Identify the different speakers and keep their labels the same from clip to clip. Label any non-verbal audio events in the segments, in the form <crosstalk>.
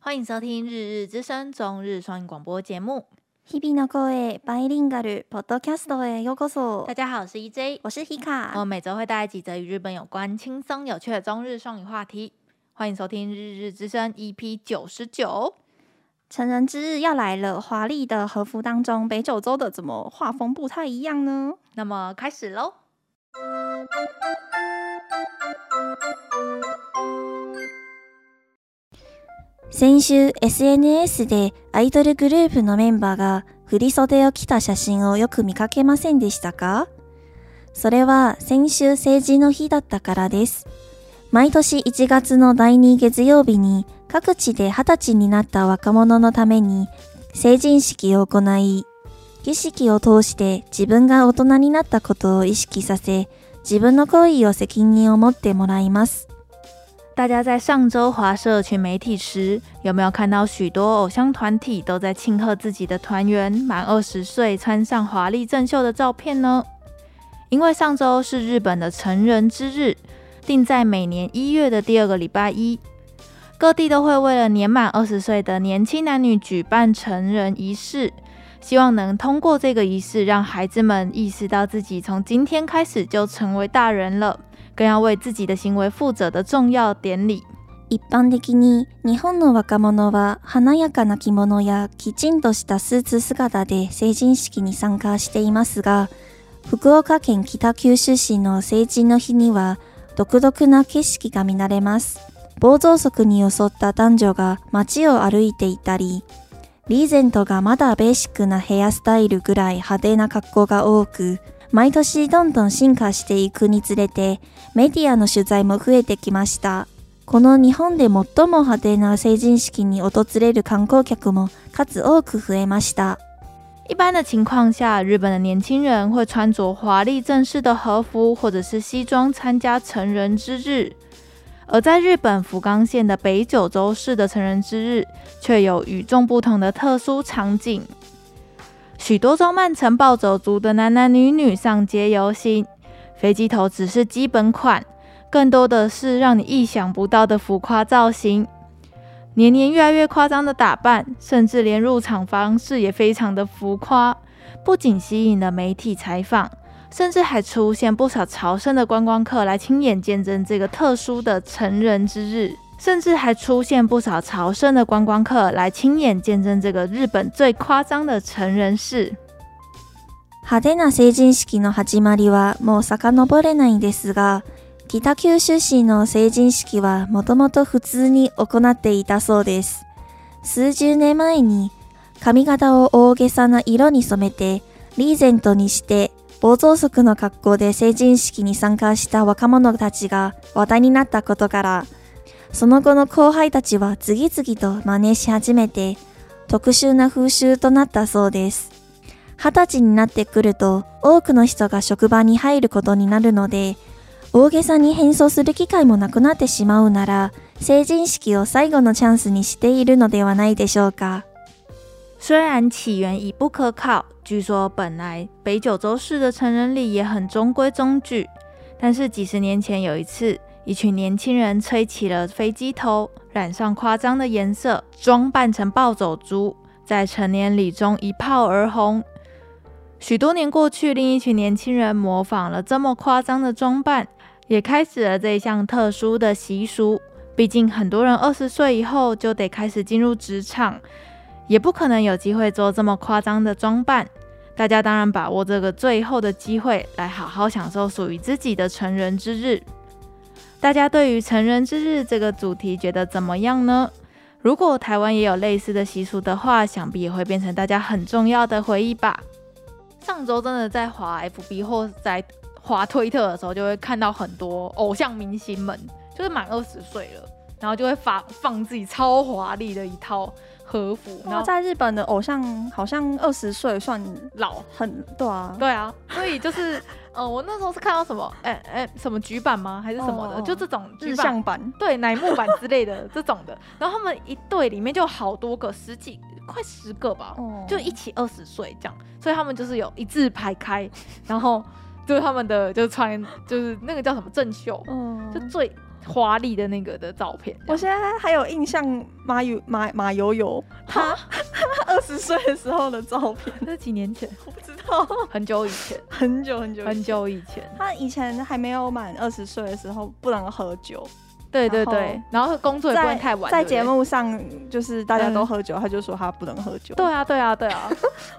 Speaker 1: 欢迎收听《日日之声》中日双语广播节目。
Speaker 2: 日々の声バイリンガルポッドキャストへようこそ
Speaker 1: 大。家好，我是 EJ，
Speaker 2: 我是
Speaker 1: 我
Speaker 2: Hika，
Speaker 1: 每周会带来几则与日本有关、轻松有趣的中日双语话题。欢迎收听《日日之声》EP 九十九。
Speaker 2: 成人之日要来了，华丽的和服当中，北九州的怎么画风不太一样呢？
Speaker 1: 那么开始喽。
Speaker 3: 先週 SNS でアイドルグループのメンバーが振袖を着た写真をよく見かけませんでしたかそれは先週成人の日だったからです。毎年1月の第2月曜日に各地で20歳になった若者のために成人式を行い、儀式を通して自分が大人になったことを意識させ、自分の行為を責任を持ってもらいます。
Speaker 1: 大家在上周华社群媒体时，有没有看到许多偶像团体都在庆贺自己的团员满二十岁穿上华丽正秀的照片呢？因为上周是日本的成人之日，定在每年一月的第二个礼拜一，各地都会为了年满二十岁的年轻男女举办成人仪式，希望能通过这个仪式让孩子们意识到自己从今天开始就成为大人了。更要为自己的行为负责的重要典礼。
Speaker 3: 一般的に日本の若者は華やかな着物やきちんとしたスーツ姿で成人式に参加していますが福岡県北九州市の成人の日には独特な景色が見られます暴走族に襲った男女が街を歩いていたりリーゼントがまだベーシックなヘアスタイルぐらい派手な格好が多く毎年どんどん進化していくにつれてメディアの取材も増えてきましたこの日本で最も派手な成人式に訪れる観光客も数多く増えました。
Speaker 1: 一般的情况下，日本的年轻人会穿着华丽正式的和服或者是西装参加成人之日，而在日本福冈县的北九州市的成人之日，却有与众不同的特殊场景。许多装扮成暴走族的男男女女上街游行，飞机头只是基本款，更多的是让你意想不到的浮夸造型。年年越来越夸张的打扮，甚至连入场方式也非常的浮夸，不仅吸引了媒体采访，甚至还出现不少朝圣的观光客来亲眼见证这个特殊的成人之日，甚至还出现不少朝圣的观光客来亲眼见证这个日本最夸张的成人式。
Speaker 3: 派手な成人式の始まりはもう遡れないんですが、北九州市の成人式はもともと普通に行っていたそうです。数十年前に髪型を大げさな色に染めて、リーゼントにして、暴走族の格好で成人式に参加した若者たちが話題になったことから、その後の後輩たちは次々と真似し始めて、特殊な風習となったそうです。二十歳になってくると多くの人が職場に入ることになるので大げさに変装する機会もなくなってしまうなら成人式を最後のチャンスにしているのではないでしょうか
Speaker 1: 虽然起源已不可考，据说本来北九州市的成人礼也很中规中矩，但是几十年前有一次，一群年轻人吹起了飞机头，染上夸张的颜色，装扮成暴走族，在成年礼中一炮而红。许多年过去，另一群年轻人模仿了这么夸张的装扮，也开始了这项特殊的习俗。毕竟很多人二十岁以后就得开始进入职场，也不可能有机会做这么夸张的装扮。大家当然把握这个最后的机会，来好好享受属于自己的成人之日。大家对于成人之日这个主题觉得怎么样呢？如果台湾也有类似的习俗的话，想必也会变成大家很重要的回忆吧。上周真的在滑 FB 或在滑推特的时候，就会看到很多偶像明星们，就是满二十岁了，然后就会发放自己超华丽的一套和服，然
Speaker 2: 那
Speaker 1: 后
Speaker 2: 在日本的偶像好像二十岁算
Speaker 1: 老
Speaker 2: 很对啊，
Speaker 1: <laughs> 对啊，所以就是，呃，我那时候是看到什么，哎、哎、什么局版吗？还是什么的？
Speaker 2: 哦
Speaker 1: 就这种
Speaker 2: 日
Speaker 1: 局版，
Speaker 2: 向版
Speaker 1: 对，乃木坂之类的这种的。 <laughs> 然后他们一队里面就有好多个，十几，快十个吧，
Speaker 2: 哦
Speaker 1: 就一起二十岁这样，所以他们就是有一字排开， <laughs>
Speaker 3: 哦
Speaker 1: 然后就是他们的就穿就是那个叫什么正袖，
Speaker 2: 嗯
Speaker 1: 就最华丽的那个的照片。
Speaker 2: 我现在还有印象马友马马友友，他他二十岁的时候的照片，
Speaker 1: 这是几年前，
Speaker 2: 我不知道，
Speaker 1: <laughs> 很久以前，
Speaker 2: 很久很久以前
Speaker 1: 很。久以前。
Speaker 2: 他以前还没有满二十岁的时候不能喝酒，
Speaker 1: 对对
Speaker 2: 然后
Speaker 1: 对，然后工作也不能太晚。
Speaker 2: 在
Speaker 1: 对不对嗯
Speaker 2: 节目上就是大家都喝酒，他就说他不能喝酒。
Speaker 1: 对啊对啊对啊，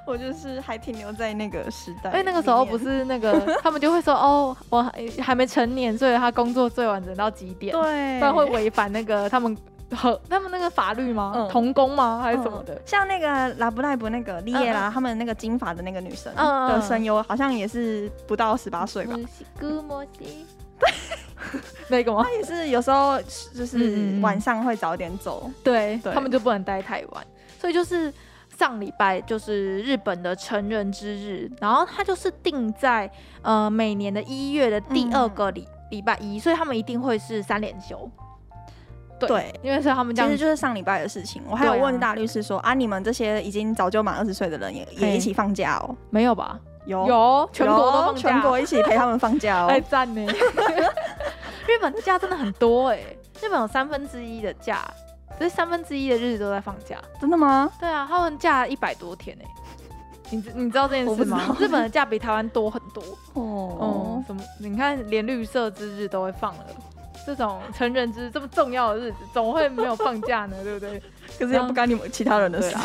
Speaker 2: 我就是还停留在那个时代里
Speaker 1: 因
Speaker 2: 面。
Speaker 1: 为哎那个时候不是那个，他们就会说哦，我还还没成年，所以他工作最晚只能到几点，不
Speaker 2: 对，
Speaker 1: 然会违反那个他们和他们那个法律吗？
Speaker 2: 嗯
Speaker 1: 童工吗？还是什么的？
Speaker 2: 像那个拉布赖布那个莉耶拉，他们那个金发的那个女生
Speaker 1: 嗯嗯
Speaker 2: 的声优，好像也是不到十八 <laughs> 岁吧。
Speaker 1: 那个吗？
Speaker 2: 她也是有时候就是
Speaker 1: 嗯嗯嗯
Speaker 2: 晚上会早点走，
Speaker 1: 对
Speaker 2: 对
Speaker 1: 他们就不能待太晚，所以就是上礼拜就是日本的成人之日，然后它就是定在呃每年的一月的第
Speaker 2: 嗯
Speaker 1: 二个礼、礼拜一，所以他们一定会是三连休，对
Speaker 2: 对
Speaker 1: 因为是他们这
Speaker 2: 其
Speaker 1: 样
Speaker 2: 实就是上礼拜的事情。我还有
Speaker 1: 对啊
Speaker 2: 问大律师说啊，你们这些已经早就满二十岁的人也也
Speaker 1: 嘿
Speaker 2: 一起放假哦？
Speaker 1: 没有吧？
Speaker 2: 有
Speaker 1: 哦有全国都放假，
Speaker 2: 全国一起陪他们放假哦
Speaker 1: 哎。赞呢！ <laughs> 日本的假真的很多哎、日本有三分之一的假，所以三分之一的日子都在放假。
Speaker 2: 真的吗？
Speaker 1: 对啊，他们假一百多天呢、欸你知你知道这件
Speaker 2: 我
Speaker 1: 事
Speaker 2: 不知
Speaker 1: 吗
Speaker 2: 道？
Speaker 1: 日本的假比台湾多很多。
Speaker 2: 哦
Speaker 1: 哦、，什么？你看，连绿色之日都会放了，这种成人之日这么重要的日子，总会没有放假呢，对不 <laughs> 对？
Speaker 2: <laughs> 可是又不干你们其他人的事。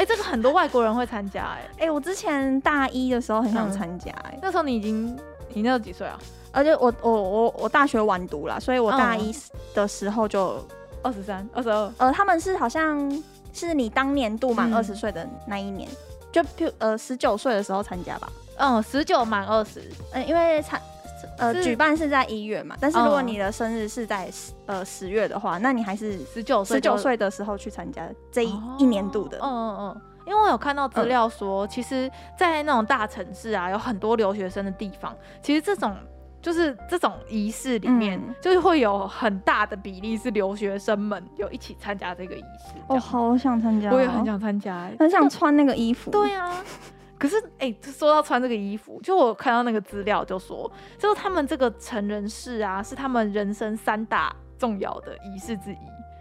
Speaker 1: 哎、这个很多外国人会参加、哎，
Speaker 2: 啊哎、我之前大一的时候很想
Speaker 1: 嗯
Speaker 2: 参加、哎、
Speaker 1: 那时候你已经，你那时候几岁啊？
Speaker 2: 而且我我我我大学晚读啦，所以我大
Speaker 1: 嗯
Speaker 2: 一的时候就、
Speaker 1: 二十三、二十二。
Speaker 2: 呃，他们是好像是你当年度满
Speaker 1: 嗯
Speaker 2: 二十岁的那一年，就譬如呃十九岁的时候参加吧，
Speaker 1: 嗯，十九满二十，
Speaker 2: 呃，因为参。呃，
Speaker 1: 是
Speaker 2: 举办是在一月嘛，但是如果
Speaker 1: 嗯
Speaker 2: 你的生日是在十、呃十月的话，那你还是
Speaker 1: 十九岁
Speaker 2: 十
Speaker 1: 就，
Speaker 2: 九岁的时候去参加这一、
Speaker 1: 哦
Speaker 2: 一年度的。嗯
Speaker 1: 嗯嗯嗯。因为我有看到资料说，其实，在那种大城市啊，有很多留学生的地方，其实这种就是这种仪式里面，
Speaker 2: 嗯
Speaker 1: 就是会有很大的比例是留学生们有一起参加这个仪式。这
Speaker 2: 哦，
Speaker 1: 样
Speaker 2: 好想参加、哦
Speaker 1: 我也很，想参加、欸。
Speaker 2: 很想穿那个衣服。
Speaker 1: 对啊，可是哎、欸说到穿这个衣服，就我看到那个资料就说，就是他们这个成人式啊，是他们人生三大重要的仪式之一。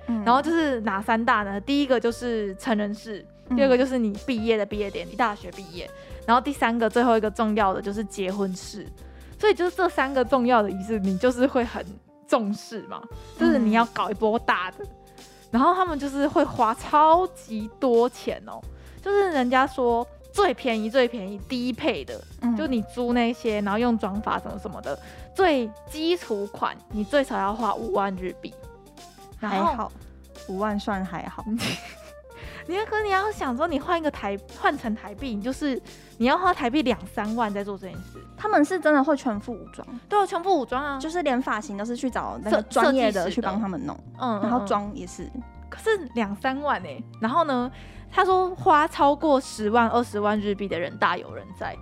Speaker 2: 嗯，
Speaker 1: 然后就是哪三大呢？第一个就是成人式，
Speaker 2: 嗯
Speaker 1: 第二个就是你毕业的毕业典礼，大学毕业。然后第三个最后一个重要的就是结婚式。所以就是这三个重要的仪式，你就是会很重视嘛，就是你要搞一波大的。然后他们就是会花超级多钱哦，就是人家说最便宜最便宜低配的，
Speaker 2: 嗯
Speaker 1: 就你租那些，然后用装法什么什么的，最基础款你最少要花五万日币。然
Speaker 2: 还
Speaker 1: 后
Speaker 2: 好，嗯五万算还好。
Speaker 1: 你要可你要想说，你换一个台换成台币，你就是你要花台币两三万在做这件事。
Speaker 2: 他们是真的会全副武装，
Speaker 1: 对啊，全部武装啊，
Speaker 2: 就是是连发型都是去找那
Speaker 1: 设
Speaker 2: 个专业
Speaker 1: 设计
Speaker 2: 的
Speaker 1: 师
Speaker 2: 去
Speaker 1: 的
Speaker 2: 帮他们弄，
Speaker 1: 嗯
Speaker 2: 然后。
Speaker 1: 嗯
Speaker 2: 妆也是。
Speaker 1: 嗯可是两三万哎、然后呢，他说花超过十万二十万日币的人大有人在，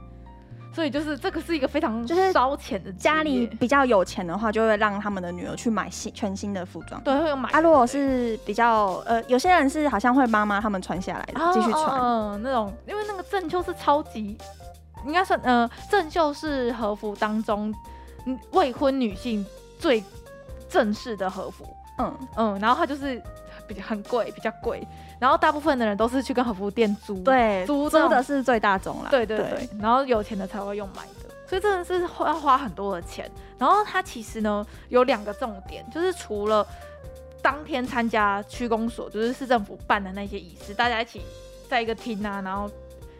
Speaker 1: 所以就是这个是一个非常
Speaker 2: 就是
Speaker 1: 烧钱的职业
Speaker 2: 家里比较有钱的话，就会让他们的女儿去买新全新的服装。
Speaker 1: 对会有买。
Speaker 2: 啊，如果是比较呃，有些人是好像会妈妈他们穿下来的，
Speaker 1: 哦
Speaker 2: 继续
Speaker 1: 嗯、
Speaker 2: 穿。
Speaker 1: 嗯那种，因为那个正袖是超级，应该算呃正袖是和服当中嗯未婚女性最正式的和服。
Speaker 2: 嗯，
Speaker 1: 嗯，然后它就是比较很贵，比较贵。然后大部分的人都是去跟和服店租，，
Speaker 2: 对，
Speaker 1: 租
Speaker 2: 租
Speaker 1: 这种
Speaker 2: 的是最大宗了。
Speaker 1: 对对对。然后有钱的才会用买的，所以真的是花要花很多的钱。然后它其实呢有两个重点，就是除了当天参加区公所，就是市政府办的那些仪式，大家一起在一个厅啊，然后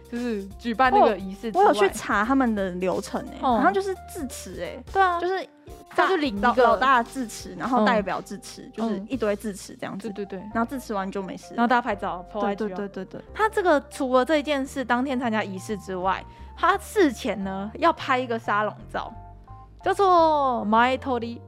Speaker 1: 就是举办那个仪式之
Speaker 2: 我
Speaker 1: 外、
Speaker 2: 有去查他们的流程诶、
Speaker 1: 哦
Speaker 2: 好像就是致辞诶、
Speaker 1: 对啊，
Speaker 2: 就是
Speaker 1: 他就领一
Speaker 2: 老
Speaker 1: 个
Speaker 2: 老大致辞，然后
Speaker 1: 嗯
Speaker 2: 代表致辞，就是
Speaker 1: 嗯
Speaker 2: 一堆致辞这样子
Speaker 1: 对，对对，
Speaker 2: 然后致辞完就没事了。
Speaker 1: 然后大家拍照 po
Speaker 2: 对
Speaker 1: IG
Speaker 2: 对
Speaker 1: 哦
Speaker 2: 对对对，
Speaker 1: 他这个除了这件事当天参加仪式之外，他事前呢要拍一个沙龙照，叫做 My t o l i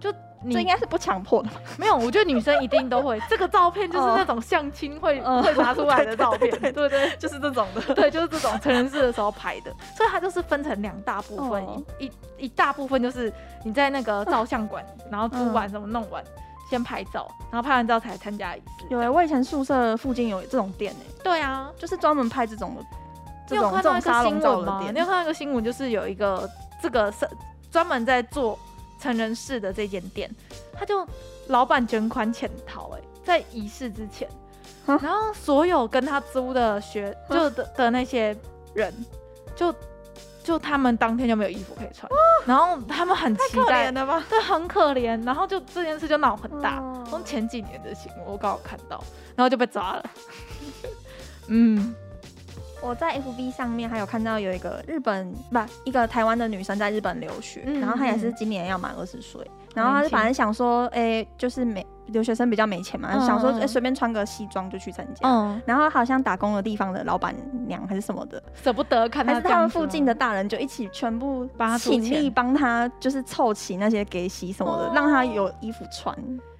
Speaker 1: 就
Speaker 2: 这应
Speaker 1: 你
Speaker 2: 该是不强迫的吧。 <laughs>
Speaker 1: 没有，我觉得女生一定都会 <laughs> 这个照片，就是
Speaker 2: 哦
Speaker 1: 那种相亲会、
Speaker 2: 嗯
Speaker 1: 会拿出
Speaker 2: <laughs>
Speaker 1: 来的照片，对不对？
Speaker 2: 就是这种
Speaker 1: <laughs>
Speaker 2: 的。
Speaker 1: 对，就是这种成人式的时候拍的，所以它就是分成两大部分，
Speaker 2: 哦
Speaker 1: 一一一大部分就是你在那个照相馆，然后
Speaker 2: 嗯
Speaker 1: 租完什么弄完，先拍照，然后拍完照才参加仪式。
Speaker 2: 有哎、我以前宿舍附近有这种店哎、
Speaker 1: 对啊，
Speaker 2: 就是专门拍这种的，
Speaker 1: 你
Speaker 2: 这
Speaker 1: 有
Speaker 2: 种
Speaker 1: 看
Speaker 2: 这
Speaker 1: 到
Speaker 2: 种
Speaker 1: 一
Speaker 2: 沙
Speaker 1: 个
Speaker 2: 龙
Speaker 1: 新
Speaker 2: 照
Speaker 1: 闻
Speaker 2: 的
Speaker 1: 吗？
Speaker 2: 店
Speaker 1: 你有。看到一个新闻，就是有一个这个是专门在做成人式的这间店，他就老板卷款潜逃、欸，哎，在仪式之前，
Speaker 2: 啊
Speaker 1: 然后所有跟他租的学
Speaker 2: 啊
Speaker 1: 就的的那些人，就就他们当天就没有衣服可以穿，然后他们很期
Speaker 2: 哦可
Speaker 1: 待
Speaker 2: 怜，了吧？
Speaker 1: 对，很可怜，然后就这件事就闹很大，
Speaker 2: 哦
Speaker 1: 从前几年的新闻我刚好看到，然后就被抓了， <laughs> 嗯，
Speaker 2: 我在 FB 上面还有看到有一个日本不一个台湾的女生在日本留学，
Speaker 1: 嗯
Speaker 2: 然后她也是
Speaker 1: 嗯
Speaker 2: 今年要满二十岁，然后她
Speaker 1: 年
Speaker 2: 就
Speaker 1: 轻
Speaker 2: 反正想说，哎、就是没留学生比较没钱嘛，
Speaker 1: 嗯
Speaker 2: 想说
Speaker 1: 嗯
Speaker 2: 哎随、便穿个西装就去参加。
Speaker 1: 嗯，
Speaker 2: 然后好像打工的地方的老板娘还是什么的，
Speaker 1: 舍不得看
Speaker 2: 还
Speaker 1: 他
Speaker 2: 是
Speaker 1: 这
Speaker 2: 他
Speaker 1: 样
Speaker 2: 们
Speaker 1: 子吗
Speaker 2: 附近的大人就一起全部
Speaker 1: 帮她出
Speaker 2: 请
Speaker 1: 钱
Speaker 2: 力帮她，就是凑齐那些给洗什么的，
Speaker 1: 哦
Speaker 2: 让她有衣服穿，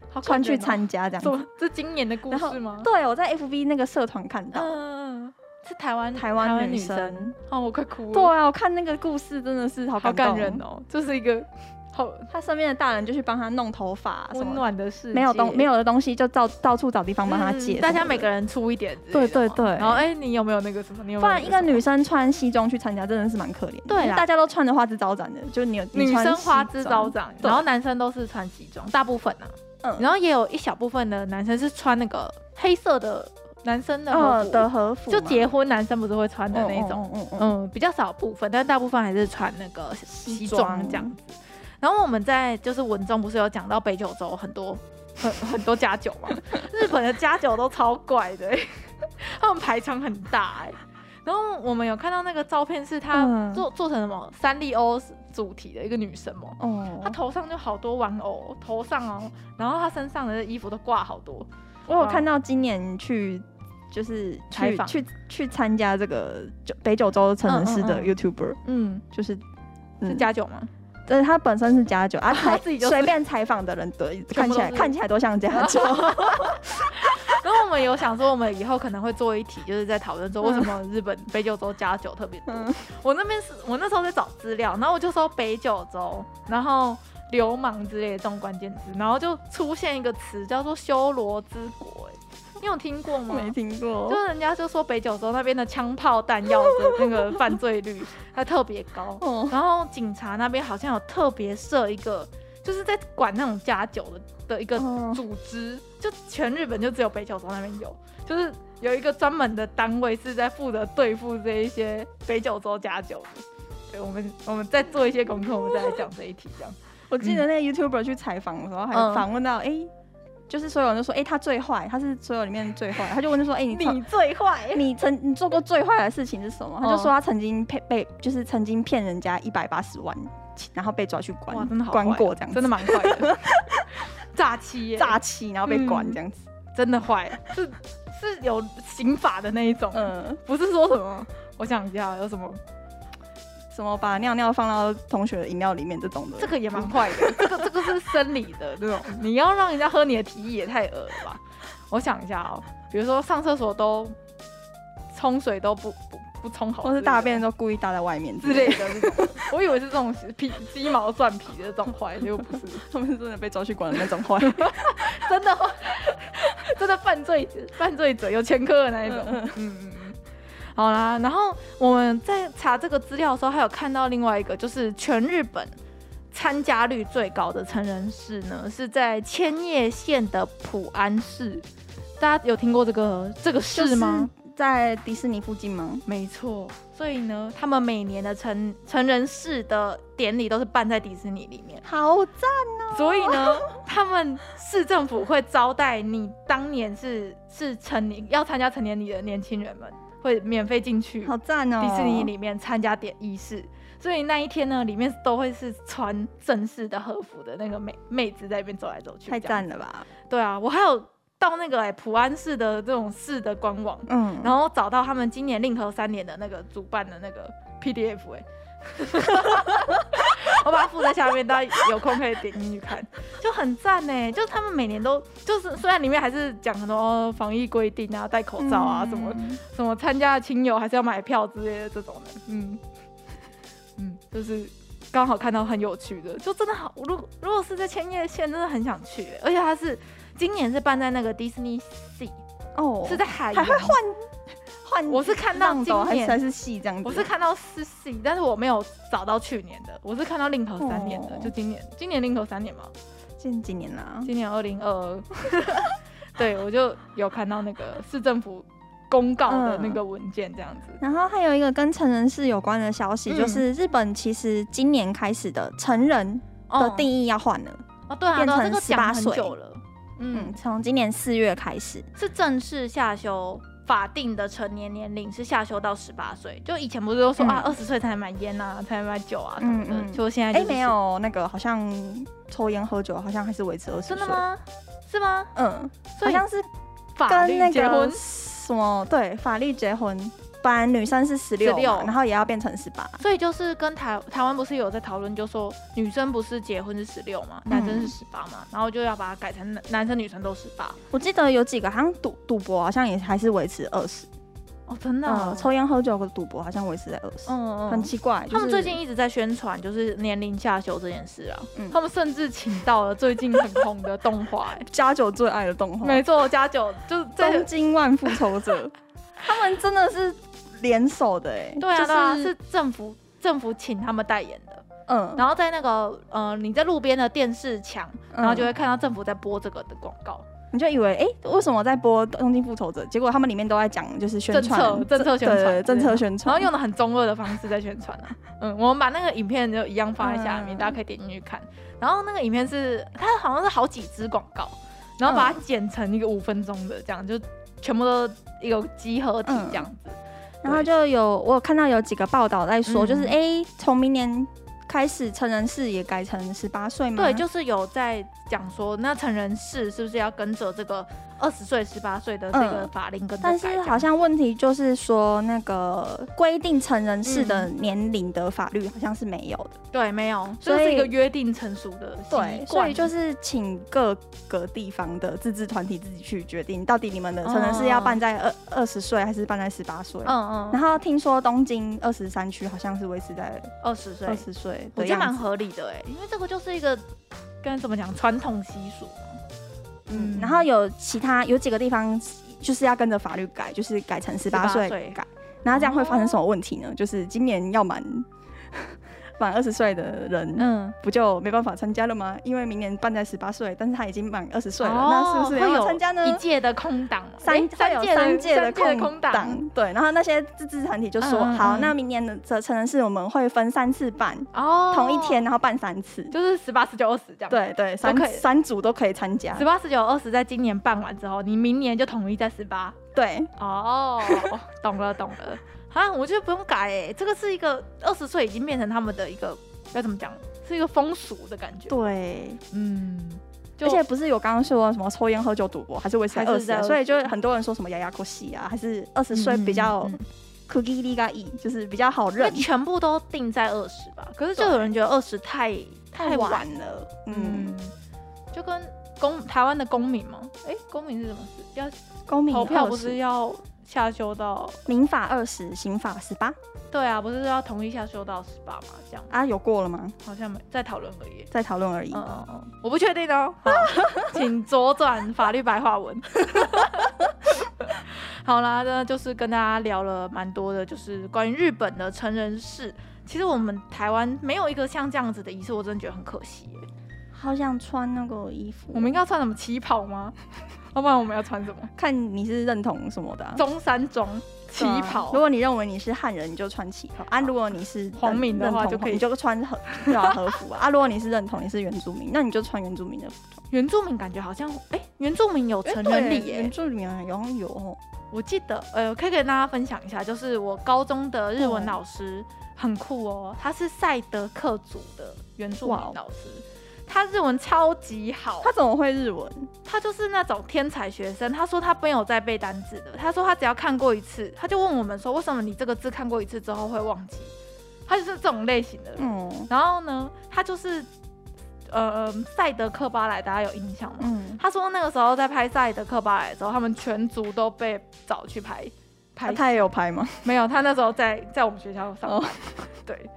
Speaker 1: 好可
Speaker 2: 穿去
Speaker 1: 怜哦
Speaker 2: 参加这样
Speaker 1: 怎
Speaker 2: 子。
Speaker 1: 么？这今年的故事吗？
Speaker 2: 对，我在 FB 那个社团看到、
Speaker 1: 嗯，是台湾
Speaker 2: 台湾
Speaker 1: 女
Speaker 2: 女生。
Speaker 1: 哦，我快哭了，
Speaker 2: 对啊，我看那个故事真的是好
Speaker 1: 好
Speaker 2: 感
Speaker 1: 感人
Speaker 2: 哦。
Speaker 1: 哦，这是一个好
Speaker 2: 他身边的大人就去帮他弄头发、啊，
Speaker 1: 温，暖的事，
Speaker 2: 没有东没
Speaker 1: 有
Speaker 2: 有的东西就到到处找地方帮他解、
Speaker 1: 大家每个。人出一点之类的嘛，
Speaker 2: 对对对
Speaker 1: 然后哎，你有没有那个什么？你有
Speaker 2: 不
Speaker 1: 没有
Speaker 2: 然一
Speaker 1: 那
Speaker 2: 个
Speaker 1: 什么
Speaker 2: 女生穿西装去参加，真的是蛮可怜的。
Speaker 1: 对啊
Speaker 2: 因为大家都穿的花枝招展的，就是你有
Speaker 1: 女生花枝招，
Speaker 2: 你穿西
Speaker 1: 展，
Speaker 2: 对
Speaker 1: 然后男生都是穿西装，大部分啊，
Speaker 2: 嗯
Speaker 1: 然后也有一小部分的男生是穿那个黑色的男生的
Speaker 2: 呃
Speaker 1: 和
Speaker 2: 的
Speaker 1: 服，
Speaker 2: 和服嘛
Speaker 1: 就结婚男生不是会穿的那种，，
Speaker 2: 嗯嗯嗯嗯
Speaker 1: 嗯，比较少部分，但大部分还是穿那个西装
Speaker 2: 装
Speaker 1: 这样子。然后我们在就是文中不是有讲到北九州很多 <laughs> 很很多家酒嘛， <laughs> 日本的家酒都超怪的、欸 <laughs> 他们排场很大哎、然后我们有看到那个照片是她
Speaker 2: 嗯
Speaker 1: 做、做成什么三丽鸥主题的一个女生哦，
Speaker 2: 哦
Speaker 1: 她头上就好多玩偶，头上哦，然后她身上的衣服都挂好多，
Speaker 2: 我有看到今年去。就是
Speaker 1: 采
Speaker 2: 去
Speaker 1: 访
Speaker 2: 去去参加这个九北九州成人式的
Speaker 1: 嗯嗯
Speaker 2: YouTuber，、
Speaker 1: 嗯，
Speaker 2: 就是
Speaker 1: 是
Speaker 2: 嗯
Speaker 1: 家酒吗？
Speaker 2: 对，他本身是家酒，啊，
Speaker 1: <laughs> 他
Speaker 2: 采
Speaker 1: 自己就是
Speaker 2: 随便采访的人，对，
Speaker 1: 全
Speaker 2: 看
Speaker 1: 部都
Speaker 2: 起来
Speaker 1: 是
Speaker 2: 看起来都像家
Speaker 1: <laughs>
Speaker 2: 酒。
Speaker 1: 然后我们有想说，我们以后可能会做一题，就是在讨论说为什么日本北九州加酒特别多。
Speaker 2: 嗯
Speaker 1: 我那边是我那时候在找资料，然后我就搜北九州，然后流氓之类的这种关键字，然后就出现一个词叫做修罗之国、哎，你有听过吗？
Speaker 2: 没听过
Speaker 1: 就。是人家就说北九州那边的枪炮弹药的那个犯罪率它特别
Speaker 2: <laughs>
Speaker 1: 高，
Speaker 2: 哦，
Speaker 1: 然后警察那边好像有特别设一个，就是在管那种加酒的的一个 <laughs>
Speaker 2: 哦
Speaker 1: 组织，就全日本就只有北九州那边有，就是有一个专门的单位是在负责对付这一些北九州加酒的。对，我们我们再做一些功课，我们再来讲这一题，这样。
Speaker 2: 我记得那个 YouTuber 去采访的时候，还
Speaker 1: 嗯
Speaker 2: 访问到，哎、就是所有人都说，哎、他最坏，他是所有里面最坏。他就问他说，哎、你曾
Speaker 1: 最坏，
Speaker 2: 你曾你做过最坏的事情是什么？他就
Speaker 1: 嗯
Speaker 2: 说他曾经骗被就是曾经骗人家一百八十万，然后被抓去关，
Speaker 1: 哇，真的好
Speaker 2: 关
Speaker 1: 坏啊
Speaker 2: 过这样子，
Speaker 1: 真的蛮坏
Speaker 2: <laughs>
Speaker 1: 的，诈欺耶，
Speaker 2: 诈欺，然后被关
Speaker 1: 嗯
Speaker 2: 这样子。
Speaker 1: 真的坏，是是有刑法的那一种，
Speaker 2: 嗯，
Speaker 1: 不是说什么，我想一下有什么，
Speaker 2: 什么把尿尿放到同学的饮料里面这种的，嗯
Speaker 1: 这个也蛮坏的，这个这个是生理的那种，你要让人家喝你的提议也太恶了吧？我想一下哦，比如说上厕所都冲水都不不不冲好之类的，
Speaker 2: 或是大便都故意搭在外面
Speaker 1: 之类的这种，我以为是这种皮鸡毛蒜皮的这种坏，结果不是，
Speaker 2: <laughs> 他们真的被抓去管的那种坏。
Speaker 1: <laughs> 真的 <laughs> 坏，真的犯罪犯罪者有前科的那一种，嗯嗯嗯。好啦，然后我们在查这个资料的时候，还有看到另外一个，就是全日本参加率最高的成人式呢，是在千叶县的普安市。大家有听过这个这个市吗？？
Speaker 2: 在迪士尼附近吗？
Speaker 1: 没错，所以呢，他们每年的成成人式的典礼都是办在迪士尼里面。
Speaker 2: 好赞！ <laughs>
Speaker 1: 所以呢，他们市政府会招待你当年是是成年要参加成年礼的年轻人们，会免费进去
Speaker 2: 好赞哦！
Speaker 1: 迪士尼里面参加典仪式。所以那一天呢，里面都会是穿正式的和服的那个妹妹子在那边走来走去，
Speaker 2: 太赞
Speaker 1: 了。
Speaker 2: 了吧？
Speaker 1: 对啊，我还有到那个哎、普安市的这种市的官网，
Speaker 2: 嗯，
Speaker 1: 然后找到他们今年令和三年的那个主办的那个 PDF 哎、 <laughs> 我把它附在下面，大家有空可以点进去看，就很赞呢、欸就是他们每年都，就是虽然里面还是讲很多哦防疫规定啊、戴口罩啊、什么
Speaker 2: 嗯
Speaker 1: 什么参加亲友还是要买票之类的这种的，嗯嗯，就是刚好看到很有趣的，就真的好。如果如果是在千叶县，真的很想去欸、而且它是今年是办在那个 Disney Sea，
Speaker 2: 哦，
Speaker 1: 是在海
Speaker 2: 还
Speaker 1: 洋
Speaker 2: 会换换
Speaker 1: 我是看到
Speaker 2: 浪
Speaker 1: 今
Speaker 2: 斗还是还
Speaker 1: 年，
Speaker 2: 是戏这样子？
Speaker 1: 我是看到四系，但是我没有找到去年的，我是看到令和三年的，
Speaker 2: 哦
Speaker 1: 就今年，今年令和三年嘛，
Speaker 2: 近几年啊啦、
Speaker 1: 今年二零二，对我就有看到那个市政府公告的那个文件这样子，
Speaker 2: 然后还有一个跟成人式有关的消息，
Speaker 1: 嗯
Speaker 2: 就是日本其实今年开始的成人的定
Speaker 1: 义
Speaker 2: 义要换了，
Speaker 1: 哦，对啊，
Speaker 2: 变
Speaker 1: 对
Speaker 2: 成
Speaker 1: 啊，这个讲很
Speaker 2: 18岁
Speaker 1: 久了，嗯
Speaker 2: 嗯，，从今年四月开始，
Speaker 1: 是正式下修法定的成年年龄是下修到十八岁，就以前不是都说、
Speaker 2: 嗯
Speaker 1: 啊二十岁才能买烟啊，才能买酒啊什么的，
Speaker 2: 嗯嗯
Speaker 1: 就现在
Speaker 2: 哎、
Speaker 1: 就是
Speaker 2: 没有那个好像抽烟喝酒好像还是维持二十岁，
Speaker 1: 真的？吗？是吗？
Speaker 2: 嗯，
Speaker 1: 所
Speaker 2: 好
Speaker 1: 以
Speaker 2: 像是
Speaker 1: 法
Speaker 2: 跟
Speaker 1: 律
Speaker 2: 那
Speaker 1: 结婚
Speaker 2: 个什么对法律结婚，本来女生是十六，
Speaker 1: 16
Speaker 2: 然后也要变成十八，
Speaker 1: 所以就是跟台台湾不是有在讨论，就说女生不是结婚是十六嘛，男
Speaker 2: 嗯
Speaker 1: 生是十八嘛，然后就要把它改成男男生女生都十八。
Speaker 2: 我记得有几个好像赌赌博好像也还是维持二十、
Speaker 1: 哦，真的、
Speaker 2: 嗯，抽烟喝酒和赌博好像维持在二十、
Speaker 1: 嗯
Speaker 2: 很
Speaker 1: 嗯。
Speaker 2: 奇怪。就是
Speaker 1: 他们最近一直在宣传就是年龄下修这件事啊，
Speaker 2: 嗯
Speaker 1: 他们甚至请到了最近很红的动画、
Speaker 2: <laughs>
Speaker 1: 欸，
Speaker 2: 家酒最爱的动画，
Speaker 1: 没错，加九就是这
Speaker 2: 哦东京万复仇
Speaker 1: <laughs>
Speaker 2: 者，他们真的是联手的哎、
Speaker 1: 对啊，对啊，
Speaker 2: 就是
Speaker 1: 政府政府请他们代言的。
Speaker 2: 嗯，
Speaker 1: 然后在那个呃，你在路边的电视墙，然后就会
Speaker 2: 嗯
Speaker 1: 看到政府在播这个的广告，
Speaker 2: 你就以为哎、为什么我在播东京复仇者？结果他们里面都在讲就是宣
Speaker 1: 政
Speaker 2: 传
Speaker 1: 策政策宣传
Speaker 2: 对
Speaker 1: 之类的，
Speaker 2: 政策宣传，
Speaker 1: 然后用的很中二的方式在宣传
Speaker 2: <laughs>
Speaker 1: 啊。嗯，我们把那个影片就一样放在下面，
Speaker 2: 嗯
Speaker 1: 大家可以点进去看。然后那个影片是它好像是好几支广告，然后把它剪成一个五分钟的，这样就全部都一个集合体
Speaker 2: 嗯
Speaker 1: 这样子。
Speaker 2: 然后就有我有看到有几个报道在说，
Speaker 1: 嗯
Speaker 2: 就是哎，从、明年开始成人式也改成十八岁吗？
Speaker 1: 对，就是有在讲说，那成人式是不是要跟着这个二十岁、十八岁的这个
Speaker 2: 嗯
Speaker 1: 法令跟着改
Speaker 2: 但
Speaker 1: 这
Speaker 2: 是
Speaker 1: 样？
Speaker 2: 好像问题就是说，那个规定成人式的
Speaker 1: 嗯
Speaker 2: 年龄的法律好像是没有的，
Speaker 1: 对没有，
Speaker 2: 所
Speaker 1: 这是
Speaker 2: 以
Speaker 1: 一个约定成熟的习惯，
Speaker 2: 所以就是请各个地方的自治团体自己去决定，到底你们的成人
Speaker 1: 嗯
Speaker 2: 是要办在二二十岁还是办在十八岁。
Speaker 1: 嗯
Speaker 2: 然
Speaker 1: 嗯，
Speaker 2: 后听说东京二十三区好像是维持在
Speaker 1: 二十岁
Speaker 2: 二，十岁
Speaker 1: 我
Speaker 2: 的
Speaker 1: 觉得
Speaker 2: 样
Speaker 1: 蛮
Speaker 2: 子，
Speaker 1: 合理的哎、因为这个就是一个跟怎么讲传统习俗。
Speaker 2: 嗯，然后有其他有几个地方就是要跟着法律改，就是改成十八岁
Speaker 1: 18岁哦
Speaker 2: 改，然后这样会发生什么问题呢？就是今年要满 <laughs> 满二十岁的人，
Speaker 1: 嗯，
Speaker 2: 不就没办法参加了吗？因为明年办在十八岁，但是他已经满二十岁了，
Speaker 1: 哦
Speaker 2: 那是不是也
Speaker 1: 会
Speaker 2: 要
Speaker 1: 有
Speaker 2: 参加呢？
Speaker 1: 一届的空档，
Speaker 2: 三
Speaker 1: 诶
Speaker 2: 会有三届的空
Speaker 1: 档。
Speaker 2: 档，哦对，然后那些自治团体就说，
Speaker 1: 嗯嗯
Speaker 2: 好，
Speaker 1: 嗯
Speaker 2: 那明年的这成人式我们会分三次办，
Speaker 1: 哦，
Speaker 2: 同一天然后办三次，
Speaker 1: 就是十八、十九、二十这样。，
Speaker 2: 对对，三
Speaker 1: 可以
Speaker 2: 三组都可以参加
Speaker 1: 十，八、十九、二十，在今年办完之后，你明年就统一在十八。
Speaker 2: 对，
Speaker 1: 哦， <laughs> 懂了懂了。啊，我觉得不用改哎、这个是一个二十岁已经变成他们的一个要怎么讲，是一个风俗的感觉。
Speaker 2: 对，
Speaker 1: 嗯，就
Speaker 2: 而且不是有刚刚说什么抽烟、喝酒、赌博，还是维持在
Speaker 1: 还
Speaker 2: 二
Speaker 1: 是在
Speaker 2: 十，啊
Speaker 1: 20
Speaker 2: 所以就很多人说什么牙牙口洗啊，还是二十岁比较
Speaker 1: 嗯嗯嗯
Speaker 2: cookie 力嘎 e，就是比较好
Speaker 1: 因为
Speaker 2: 认，
Speaker 1: 全部都定在二十吧，可是就
Speaker 2: 对
Speaker 1: 有人觉得二十太太晚，
Speaker 2: 了，嗯
Speaker 1: 嗯，，就跟公台湾的公民嘛，哎、公民是什么事？要
Speaker 2: 公民
Speaker 1: 投票
Speaker 2: 20
Speaker 1: 不是要下修到？
Speaker 2: 民法二十，刑法十八
Speaker 1: 对啊，不是要同意下修到十八嘛？这样
Speaker 2: 啊，有过了吗？
Speaker 1: 好像没在讨论而已。
Speaker 2: 在讨论而已。
Speaker 1: 嗯嗯嗯，我不确定哦，好 <laughs> 请左转法律白话文。 <laughs> 好啦，那就是跟大家聊了蛮多的，就是关于日本的成人式。其实我们台湾没有一个像这样子的仪式，我真的觉得很可惜耶。
Speaker 2: 好想穿那个衣服。
Speaker 1: 我们应该要穿什么旗袍吗？ <laughs> 要不然我们要穿什么？
Speaker 2: 看你是认同什么的啊、
Speaker 1: 中山装、旗
Speaker 2: 对啊
Speaker 1: 袍
Speaker 2: 如。果你认为你是汉人，你就穿旗袍啊；如果你是
Speaker 1: 黄民的话
Speaker 2: 认同
Speaker 1: 就可以
Speaker 2: 你就穿和 <laughs> 对啊和服啊啊。如果你是认同你是原住民，那你就穿原住民的服装。
Speaker 1: 原住民感觉好像，哎、原住民有成人礼耶、
Speaker 2: 原住民好像有哦，
Speaker 1: 我记得，呃，可以跟大家分享一下，就是我高中的日文老师很酷哦，他是赛德克族的原住民
Speaker 2: 哇哦
Speaker 1: 老师，他日文超级好，
Speaker 2: 他怎么会日文？
Speaker 1: 他就是那种天才学生。他说他没有在背单字的，他说他只要看过一次，他就问我们说，为什么你这个字看过一次之后会忘记？他就是这种类型的人。
Speaker 2: 嗯
Speaker 1: 然后呢，他就是呃赛德克巴莱，大家有印象吗？
Speaker 2: 嗯，
Speaker 1: 他说那个时候在拍《赛德克巴莱》的时候，他们全族都被找去拍
Speaker 2: 他
Speaker 1: 拍戏。
Speaker 2: 啊他也有拍吗？
Speaker 1: 没有，他那时候在在我们学校上班。 <laughs> 对，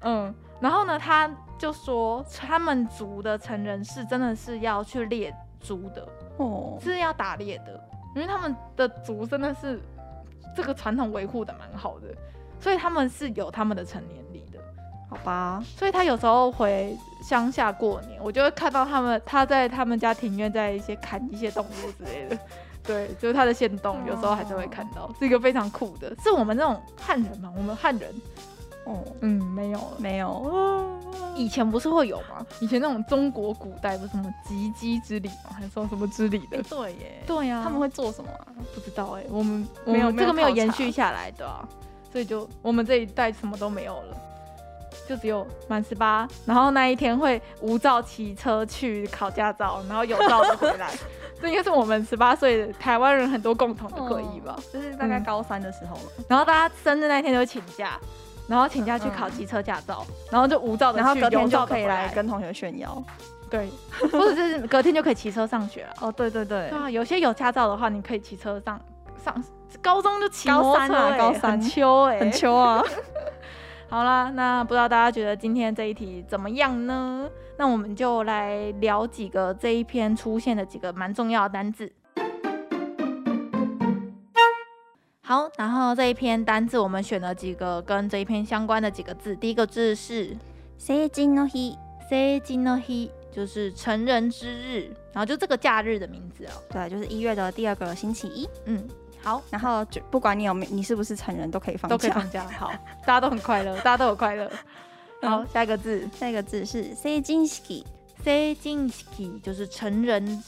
Speaker 1: 嗯，然后呢，他就说他们族的成人是真的是要去猎猪的，
Speaker 2: 哦，
Speaker 1: 是要打猎的，因为他们的族真的是这个传统维护的蛮好的，所以他们是有他们的成年礼的。
Speaker 2: 好吧，
Speaker 1: 所以他有时候回乡下过年，我就会看到他们他在他们家庭院在一些砍一些动物之 <laughs> 类的。对，就是他的线动，有时候还是会看到，是一个非常酷的，是我们这种汉人嘛，我们汉人，
Speaker 2: 哦，
Speaker 1: 嗯，没有了。啊
Speaker 2: 没有，
Speaker 1: 以前不是会有吗？以前那种中国古代不是什么及笄之礼吗？还是说什么之礼的？
Speaker 2: 对耶，
Speaker 1: 对啊呀、
Speaker 2: 他们会做什么啊？
Speaker 1: 不知道哎、我们我
Speaker 2: 没有
Speaker 1: 们这个没
Speaker 2: 没有
Speaker 1: 有
Speaker 2: 考察
Speaker 1: 延续下来的啊，所以就我们这一代什么都没有了，就只有满十八，然后那一天会无照骑车去考驾照，然后有照的回
Speaker 2: <laughs>
Speaker 1: 来，这应该是我们十八岁的台湾人很多共同的回忆吧。
Speaker 2: 就是大概
Speaker 1: 嗯
Speaker 2: 高三的时候了，
Speaker 1: 然后大家生日那天就请假。然后请假去考机车驾照，然后就无照的
Speaker 2: 然后
Speaker 1: 去，
Speaker 2: 隔天
Speaker 1: 有
Speaker 2: 就
Speaker 1: 照的
Speaker 2: 可以
Speaker 1: 回
Speaker 2: 来
Speaker 1: 来。
Speaker 2: 跟同学炫耀。
Speaker 1: 对， <laughs> 或者就是隔天就可以骑车上学了。
Speaker 2: 哦，对对对
Speaker 1: 对啊，有些有驾照的话，你可以骑车上上高中就骑
Speaker 2: 高
Speaker 1: 摩托
Speaker 2: 三
Speaker 1: 车、
Speaker 2: 啊
Speaker 1: 欸，
Speaker 2: 高三
Speaker 1: 很秋哎、
Speaker 2: 很。
Speaker 1: <laughs>
Speaker 2: 秋啊。
Speaker 1: 好啦，那不知道大家觉得今天这一题怎么样呢？那我们就来聊几个这一篇出现的几个蛮重要的单字。好，然后这一篇单字我们选了几个跟这一篇相关的几个字，第一个字是
Speaker 3: 成人の日。
Speaker 1: 成人の日，就是成人之日，然后就这个假日的名字哦。
Speaker 2: 对，就是一月的第二个星期一，
Speaker 1: 嗯，好，
Speaker 2: 然后就不管你有没你是不是成人，都可以放
Speaker 1: 都可以
Speaker 2: 假。
Speaker 1: 放假，好，大家都很快乐，大家都有快乐。 <laughs> 好，
Speaker 2: 嗯
Speaker 1: 下一个字，
Speaker 3: 下一个字是成人式。
Speaker 1: 成人式就是成人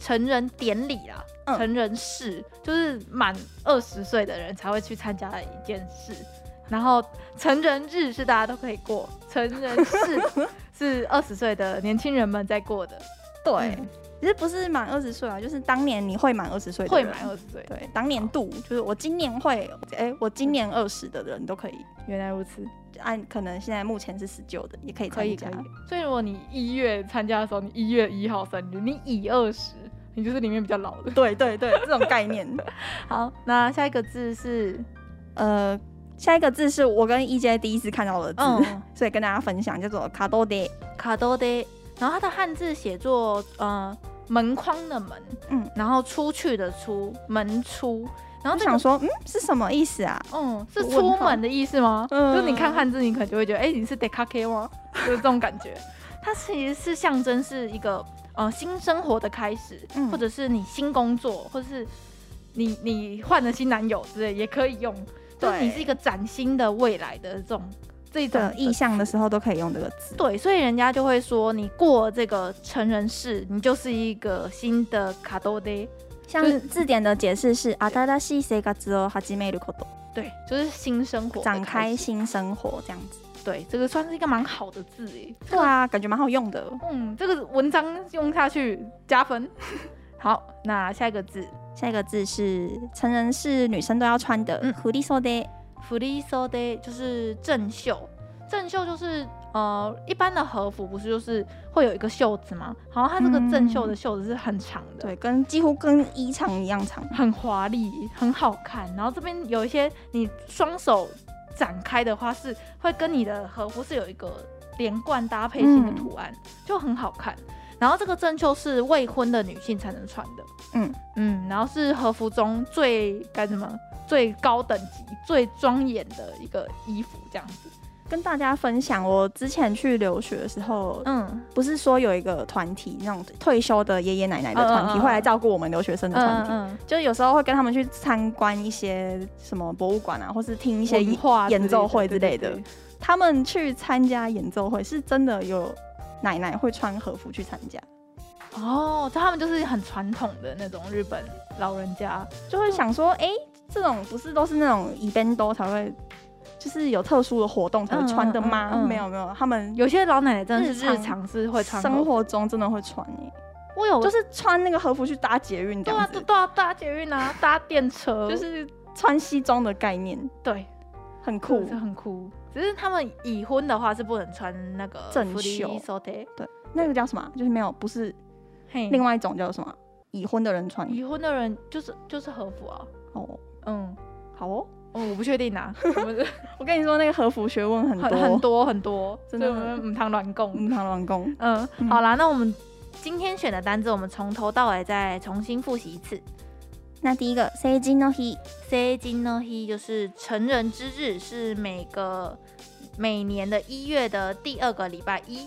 Speaker 1: 成人典礼啦，
Speaker 2: 嗯
Speaker 1: 成人式就是满二十岁的人才会去参加的一件事。然后成人日是大家都可以过，成人式 <laughs> 是二十岁的年轻人们在过的，
Speaker 2: 对，
Speaker 1: 嗯
Speaker 2: 其实不是满二十岁啊，就是当年你会满二十岁的
Speaker 1: 会
Speaker 2: 人，
Speaker 1: 满二十岁。
Speaker 2: 对，当年度就是我今年会，哎，我今年二十的人都可以，
Speaker 1: 原来如此，
Speaker 2: 按可能现在目前是十九的，也可以
Speaker 1: 可以
Speaker 2: 参
Speaker 1: 可
Speaker 2: 加
Speaker 1: 以。。所以如果你一月参加的时候，你一月一号生日，你乙二十，你就是里面比较老的。
Speaker 2: 对对对，这种概念。
Speaker 1: <laughs> 好，那下一个字是
Speaker 2: 呃，下一个字是我跟 EJ 第一次看到的字，
Speaker 1: 嗯，
Speaker 2: 所以跟大家分享，叫做卡多デ。
Speaker 1: 卡多的，然后它的汉字写作呃门框的门，
Speaker 2: 嗯，
Speaker 1: 然后出去的出，门出，然
Speaker 2: 我
Speaker 1: 后这
Speaker 2: 想
Speaker 1: 个。
Speaker 2: 说，嗯，是什么意思啊？
Speaker 1: 嗯，是
Speaker 2: 我
Speaker 1: 出
Speaker 2: 问号
Speaker 1: 门的意思吗？
Speaker 2: 嗯
Speaker 1: 就是你看汉字，你可能就会觉得，哎、你是 d e k a k e
Speaker 2: <laughs>
Speaker 1: 吗？就是这种感觉。它其实是象征是一个呃新生活的开始，
Speaker 2: 嗯
Speaker 1: 或者是你新工作，或是你你换了新男友之类，也可以用。就是
Speaker 2: 对
Speaker 1: 你是一个崭新的未来的这种这种
Speaker 2: 的意象的时候都可以用这个字。
Speaker 1: 对，所以人家就会说，你过了这个成人式，你就是一个新的卡多 day，
Speaker 2: 像
Speaker 1: 就是
Speaker 2: 字典的解释是新しい生活を始めること，
Speaker 1: 对，就是新生活的
Speaker 2: 展开
Speaker 1: 始。
Speaker 2: 新生活这样子。
Speaker 1: 对，这个算是一个蛮好的字诶。
Speaker 2: 对啊，感觉蛮好用的。
Speaker 1: 嗯，这个文章用下去加分。 <laughs> 好，那下一个字，
Speaker 2: 下一个字是成人是女生都要穿的
Speaker 1: 嗯，
Speaker 2: 福利袖的。
Speaker 1: フリーソデ就是正袖，正袖就是呃一般的和服不是就是会有一个袖子吗？好像它这个正
Speaker 2: 嗯
Speaker 1: 袖的袖子是很长的，
Speaker 2: 对，跟几乎跟衣长一样长。
Speaker 1: 很华丽，很好看。然后这边有一些你双手展开的话，是会跟你的和服是有一个连贯搭配性的图案，
Speaker 2: 嗯
Speaker 1: 就很好看。然后这个正袖是未婚的女性才能穿的，
Speaker 2: 嗯
Speaker 1: 嗯，然后是和服中最该什么最高等级、最庄严的一个衣服，这样子。
Speaker 2: 跟大家分享，我之前去留学的时候，
Speaker 1: 嗯
Speaker 2: 不是说有一个团体，那种退休的爷爷奶奶的团
Speaker 1: 嗯
Speaker 2: 体
Speaker 1: 嗯嗯
Speaker 2: 会来照顾我们留学生的团体，
Speaker 1: 嗯，
Speaker 2: 就是有时候会跟他们去参观一些什么博物馆啊，或是听一
Speaker 1: 一
Speaker 2: 些
Speaker 1: 文化之类的
Speaker 2: 演奏会之类的
Speaker 1: 对对对
Speaker 2: 他们去参加演奏会，是真的有奶奶会穿和服去参加，
Speaker 1: 哦，他们就是很传统的那种日本老人家，
Speaker 2: 就会想说，哎、这种不是都是那种 event 才会，就是有特殊的活动才会穿的吗？
Speaker 1: 嗯嗯嗯嗯
Speaker 2: 没有没有，他们
Speaker 1: 有些老奶奶真的是
Speaker 2: 日
Speaker 1: 日
Speaker 2: 常
Speaker 1: 常是会穿和服
Speaker 2: 生活中真的会穿、欸，
Speaker 1: 我有
Speaker 2: 就是穿那个和服去搭捷运这
Speaker 1: 对
Speaker 2: 样
Speaker 1: 啊，
Speaker 2: 子，
Speaker 1: 都都要搭捷运 <laughs> 啊，搭电车，
Speaker 2: 就是穿西装的概念，
Speaker 1: 对，
Speaker 2: 很酷
Speaker 1: 酷，。是很酷。只是他们已婚的话是不能穿那个
Speaker 2: 正袖
Speaker 1: so d
Speaker 2: 那个叫什么啊？就是没有，不是
Speaker 1: 嘿，
Speaker 2: 另外一种叫什么啊？已婚的人穿
Speaker 1: 已婚的人就是就是和服啊，
Speaker 2: 哦，
Speaker 1: 嗯，
Speaker 2: 好哦。
Speaker 1: 哦，我不确定 <laughs> 啊，我们是
Speaker 2: 我跟你说，那个和服学问很多，
Speaker 1: 很很多很多，
Speaker 2: 真的
Speaker 1: 所以我们母汤乱供，
Speaker 2: 嗯，螳螂工。
Speaker 1: 嗯，
Speaker 2: 嗯
Speaker 1: 好啦，那我们今天选的单字，我们从头到尾再重新复习一次。
Speaker 3: 那第一个成人の日，
Speaker 1: C 金の日就是成人之日，是每个每年的一月的第二个礼拜一。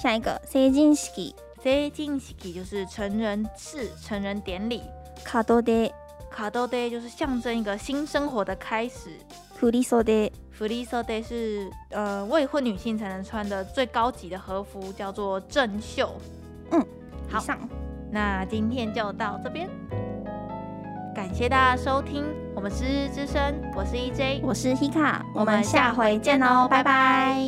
Speaker 3: 下一个成人式，
Speaker 1: C 金喜就是成人式成人典礼。
Speaker 3: 門出、
Speaker 1: 卡多 day 就是象征一个新生活的开始。
Speaker 3: 振り袖、
Speaker 1: 福利 so day 是呃未婚女性才能穿的最高级的和服，叫做正袖。好
Speaker 3: 以上。
Speaker 1: 那今天就到这边，感谢大家收听，我们是日之声，我是 E EJ，
Speaker 3: 我是哦 Hika，我们下回见喽，拜拜